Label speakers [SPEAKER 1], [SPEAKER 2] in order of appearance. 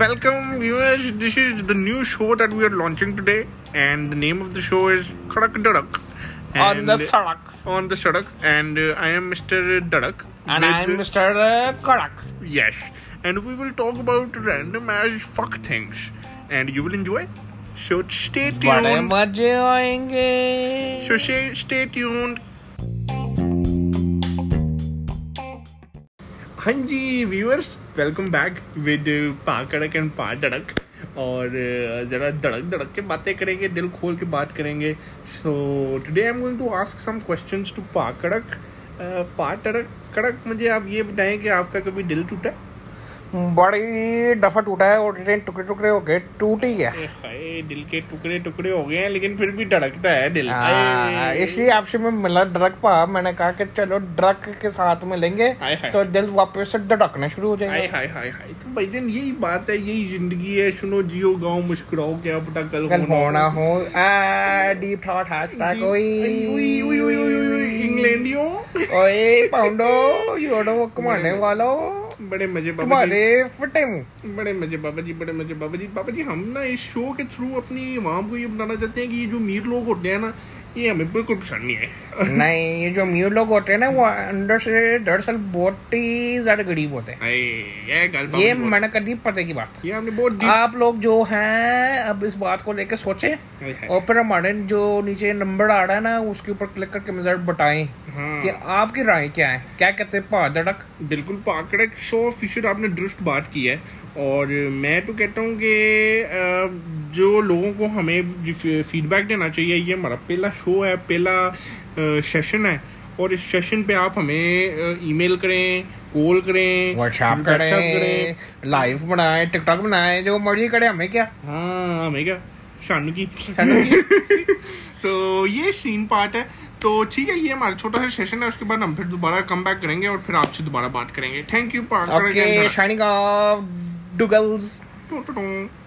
[SPEAKER 1] Welcome, viewers. This is the new show that we are launching today, and the name of the show is Kadak Dadak.
[SPEAKER 2] On the
[SPEAKER 1] And-
[SPEAKER 2] sadak.
[SPEAKER 1] On the Sadak, and uh, I am Mr. Dadak.
[SPEAKER 2] And
[SPEAKER 1] with-
[SPEAKER 2] I'm uh, Mr. Kadak.
[SPEAKER 1] Yes, and we will talk about random as fuck things, and you will enjoy. So stay tuned.
[SPEAKER 2] بڑے مزے آئیں گے
[SPEAKER 1] So stay, stay tuned. ہاں جی viewers welcome back with پا کڑک and پا دڑک اور uh, ذرا دڑک دڑک کے باتیں کریں گے دل کھول کے بات کریں گے so today I am going to ask some questions to پا کڑک پا ٹڑک کڑک مجھے آپ یہ بتائیں کہ آپ کا کبھی دل ٹوٹا
[SPEAKER 2] بڑی ڈفا ٹوٹا ہے اور ٹرین ٹکڑے ٹکڑے ہو کے ٹوٹی ہے
[SPEAKER 1] اے خائے، دل کے ٹکڑے ٹکڑے ہو گئے ہیں لیکن پھر بھی دھڑکتا ہے دل
[SPEAKER 2] ہاں،
[SPEAKER 1] اے،
[SPEAKER 2] اس لیے آپ سے میں ملا ڈرگ پا میں نے کہا کہ چلو ڈرگ کے ساتھ میں لیں گے
[SPEAKER 1] ہائے ہائے۔
[SPEAKER 2] تو دل واپس سے دھڑکنا شروع ہو جائے
[SPEAKER 1] ہائے
[SPEAKER 2] گا
[SPEAKER 1] ہائے ہائے ہائے تو بھائی جان یہی بات ہے یہی زندگی ہے سنو جیو گاؤں مسکراؤ کیا پتا کل
[SPEAKER 2] کل ہونا
[SPEAKER 1] ہو
[SPEAKER 2] ہو ڈیپ تھاٹ ہیش ٹیگ
[SPEAKER 1] اوئی، اوئی، اوئی، اوئی، اوئی، انگلینڈیوں
[SPEAKER 2] اوئے پاؤنڈو یوڑو کمانے والو
[SPEAKER 1] بڑے مزے بابا جی
[SPEAKER 2] تمہارے فٹے منہ
[SPEAKER 1] بڑے مزے بابا جی بڑے مزے بابا جی بابا جی ہم نا اس شو کے تھرو اپنی عوام کو یہ بتانا چاہتے ہیں کہ یہ جو میر لوگ ہوتے ہیں نا یہ ہمیں بالکل پسند نہیں ہے
[SPEAKER 2] نہیں یہ جو امیر لوگ ہوتے ہیں نا وہ اندر سے دراصل بہت ہی زیادہ غریب ہوتے ہیں
[SPEAKER 1] ہائے، یہ گل بابا
[SPEAKER 2] یہ
[SPEAKER 1] جی بہت- جی۔
[SPEAKER 2] میں نے کر دی پتے کی بات
[SPEAKER 1] یہ ہم نے بہت deep-
[SPEAKER 2] آپ لوگ جو ہیں اب اس بات کو لے کے سوچیں
[SPEAKER 1] ہائے ہائے۔
[SPEAKER 2] اور پھر ہمارے جو نیچے نمبر آ رہا ہے نا اس کے اوپر کلک کر کے مزہ بتائیں
[SPEAKER 1] ہاں
[SPEAKER 2] کہ آپ کی رائے کیا ہے کیا کہتے ہیں پا دڑک
[SPEAKER 1] بالکل پاکڑک شو فیشر آپ نے درست بات کی ہے اور میں تو کہتا ہوں کہ آ، جو لوگوں کو ہمیں فیڈ بیک دینا چاہیے یہ ہمارا پہلا شو ہے پہلا آ، سیشن ہے اور اس سیشن پہ آپ ہمیں آ، ای میل کریں کال کریں
[SPEAKER 2] واٹس ایپ
[SPEAKER 1] واٹس ایپ
[SPEAKER 2] کریں لائیو بنائیں ٹک ٹاک بنائیں جو مرضی کرے ہمیں کیا
[SPEAKER 1] ہاں ہمیں کیا شانو کی
[SPEAKER 2] سنو
[SPEAKER 1] جی۔
[SPEAKER 2] کی-
[SPEAKER 1] تو یہ سین پارٹ ہے تو ٹھیک ہے یہ ہمارا چھوٹا سا سیشن ہے اس کے بعد ہم پھر دوبارہ کم بیک کریں گے اور پھر آپ سے دوبارہ بات کریں گے تھینک یو
[SPEAKER 2] اوکے
[SPEAKER 1] پاکڑک
[SPEAKER 2] shining of ڈگلز
[SPEAKER 1] to to to